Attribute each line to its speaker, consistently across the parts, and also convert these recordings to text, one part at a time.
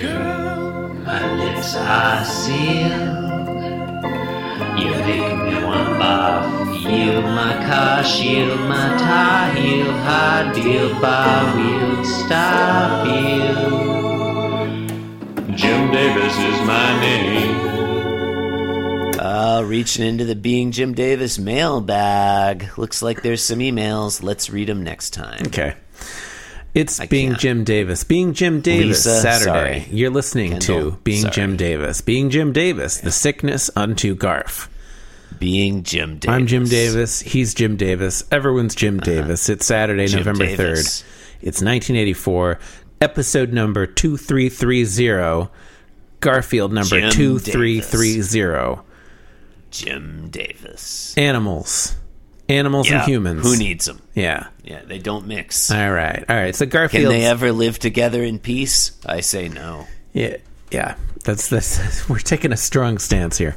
Speaker 1: Girl,
Speaker 2: My lips are sealed. You make me want to barf. Yield my car, shield my tie, heel, hard deal, bar wheel, stop you. Jim Davis is my name. Uh, reaching into the Being Jim Davis mailbag. Looks like there's some emails. Let's read them next time.
Speaker 3: Okay. It's being
Speaker 2: can't.
Speaker 3: Jim Davis. Being Jim Davis
Speaker 2: Lisa,
Speaker 3: Saturday.
Speaker 2: sorry.
Speaker 3: You're listening
Speaker 2: Kendall,
Speaker 3: to Being
Speaker 2: sorry.
Speaker 3: Jim Davis. Being Jim Davis, the sickness unto Garf.
Speaker 2: Being Jim Davis.
Speaker 3: I'm Jim Davis. He's Jim Davis. Everyone's Jim Davis. It's Saturday,
Speaker 2: Uh-huh. Jim
Speaker 3: November
Speaker 2: Davis.
Speaker 3: 3rd. It's 1984, episode number 2330, Garfield number
Speaker 2: Jim
Speaker 3: 2330.
Speaker 2: Jim Davis.
Speaker 3: Animals. Animals and humans.
Speaker 2: Who needs them?
Speaker 3: Yeah.
Speaker 2: Yeah, they don't mix.
Speaker 3: All right. All right. So
Speaker 2: Can
Speaker 3: Garfield.
Speaker 2: they ever live together in peace? I say no.
Speaker 3: Yeah, yeah. That's this. We're taking a strong stance here.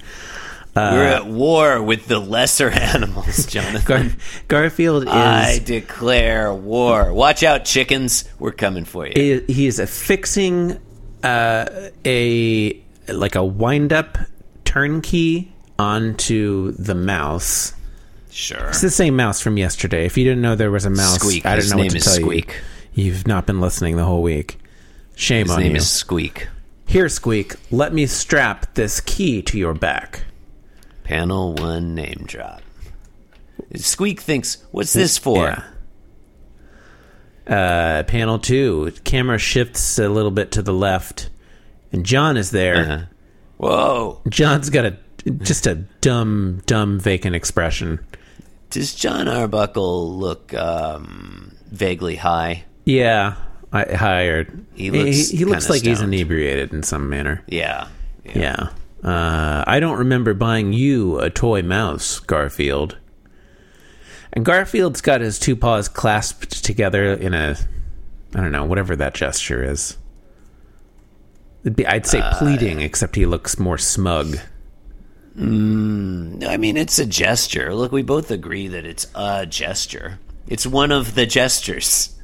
Speaker 3: Uh,
Speaker 2: We're at war with the lesser animals,
Speaker 3: Gar-
Speaker 2: Jonathan.
Speaker 3: Garfield is
Speaker 2: I declare war. Watch out, chickens. We're coming for you.
Speaker 3: i- he is affixing uh, a like a wind up turnkey onto the mouse.
Speaker 2: Sure.
Speaker 3: It's the same mouse from yesterday. If you didn't know there was a mouse,
Speaker 2: Squeak.
Speaker 3: I don't
Speaker 2: His
Speaker 3: know what
Speaker 2: name
Speaker 3: to
Speaker 2: is
Speaker 3: tell you.
Speaker 2: Squeak.
Speaker 3: You've not been listening the whole week. Shame
Speaker 2: His
Speaker 3: on
Speaker 2: name
Speaker 3: you.
Speaker 2: is Squeak.
Speaker 3: Here, Squeak. Let me strap this key to your back.
Speaker 2: Panel one name drop. Squeak thinks, what's this for?
Speaker 3: Yeah. Uh, panel two, camera shifts a little bit to the left, and John is there.
Speaker 2: Uh-huh. Whoa.
Speaker 3: John's got a just a dumb, dumb, vacant expression.
Speaker 2: Does John Arbuckle look um, vaguely high?
Speaker 3: Yeah, I hired.
Speaker 2: He looks
Speaker 3: he, he looks
Speaker 2: kinda
Speaker 3: like he's
Speaker 2: stoned.
Speaker 3: inebriated in some manner.
Speaker 2: Yeah.
Speaker 3: Yeah. Uh, I don't remember buying you a toy mouse, Garfield. And Garfield's got his two paws clasped together in a, I don't know, whatever that gesture is. It'd be, I'd say pleading, except he looks more smug.
Speaker 2: I mean, it's a gesture. Look, we both agree that it's a gesture. It's one of the gestures.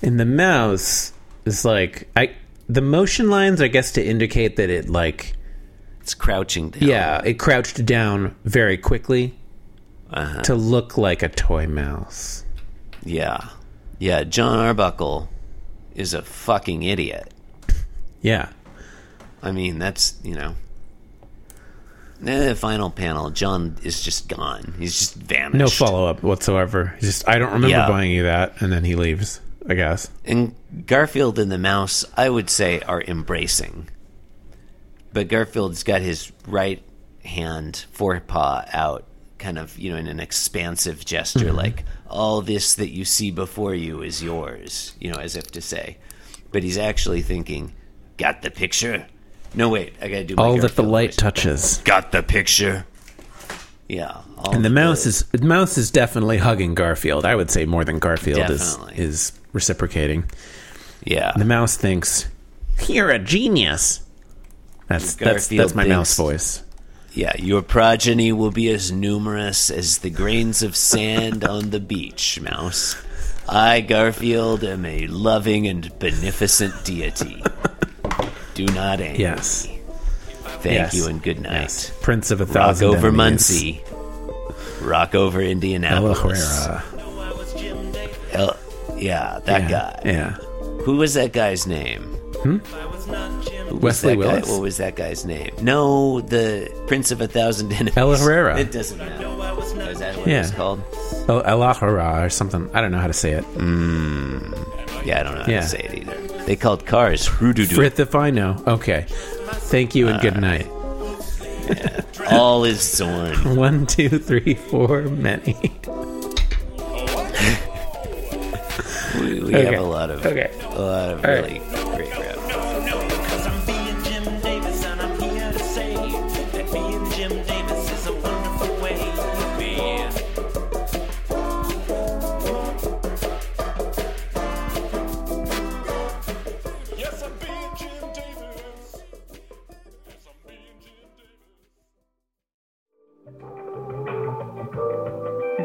Speaker 3: And the mouse is like, I the motion lines, I guess, to indicate that it like,
Speaker 2: It's crouching down.
Speaker 3: yeah, it crouched down very quickly to look like a toy mouse.
Speaker 2: Yeah. Yeah, John Arbuckle is a fucking idiot.
Speaker 3: Yeah.
Speaker 2: I mean, that's, you know. Then the final panel, John is just gone. He's just vanished.
Speaker 3: No follow up whatsoever. He's Just I don't remember
Speaker 2: Yeah.
Speaker 3: buying you that, and then he leaves. I guess.
Speaker 2: And Garfield and the mouse, I would say, are embracing. But Garfield's got his right hand forepaw out, kind of, you know, in an expansive gesture,
Speaker 3: Mm-hmm.
Speaker 2: like, all this that you see before you is yours, you know, as if to say. But he's actually thinking, got the picture? No, wait, I gotta do my
Speaker 3: All that the
Speaker 2: Garfield
Speaker 3: light
Speaker 2: voice.
Speaker 3: touches,
Speaker 2: Got the picture? Yeah. all
Speaker 3: and the
Speaker 2: that
Speaker 3: mouse is the mouse is definitely hugging Garfield. I would say more than Garfield
Speaker 2: Definitely.
Speaker 3: is is reciprocating.
Speaker 2: Yeah.
Speaker 3: The mouse thinks, "You're a genius." That's that's
Speaker 2: Garfield
Speaker 3: that's my mouse
Speaker 2: thinks-
Speaker 3: voice.
Speaker 2: Yeah, your progeny will be as numerous as the grains of sand on the beach, Mouse. I, Garfield, am a loving and beneficent deity. Do not anger.
Speaker 3: Yes.
Speaker 2: Thank
Speaker 3: Yes.
Speaker 2: you and good night.
Speaker 3: Yes. Prince of a
Speaker 2: Rock
Speaker 3: thousand.
Speaker 2: over
Speaker 3: enemies.
Speaker 2: Muncie. Rock over
Speaker 3: Ella
Speaker 2: Indianapolis.
Speaker 3: Herrera.
Speaker 2: El- yeah, that
Speaker 3: Yeah.
Speaker 2: guy.
Speaker 3: yeah.
Speaker 2: Who was that guy's name? Who was
Speaker 3: Wesley
Speaker 2: that guy-
Speaker 3: Willis?
Speaker 2: What was that guy's name? No, the Prince of a Thousand Enemies.
Speaker 3: Ella Herrera.
Speaker 2: It doesn't matter. Is that what it
Speaker 3: Yeah.
Speaker 2: was called?
Speaker 3: Oh, Ella Herrera or something. I don't know how to say it.
Speaker 2: Yeah, I don't know how
Speaker 3: Yeah.
Speaker 2: to say it either. They called cars Hoodoo.
Speaker 3: Frith, if I know. Okay. Thank you and good night.
Speaker 2: All is Zorn.
Speaker 3: One, two, three, four, many.
Speaker 2: We, we
Speaker 3: Okay.
Speaker 2: have a lot of
Speaker 3: Okay.
Speaker 2: a lot of
Speaker 3: right.
Speaker 2: really great rap.
Speaker 4: Cause I'm being Jim Davis and I'm here to say that being Jim Davis is a wonderful way to be.
Speaker 5: Yes, I'm being Jim Davis. Yes, I'm being Jim Davis.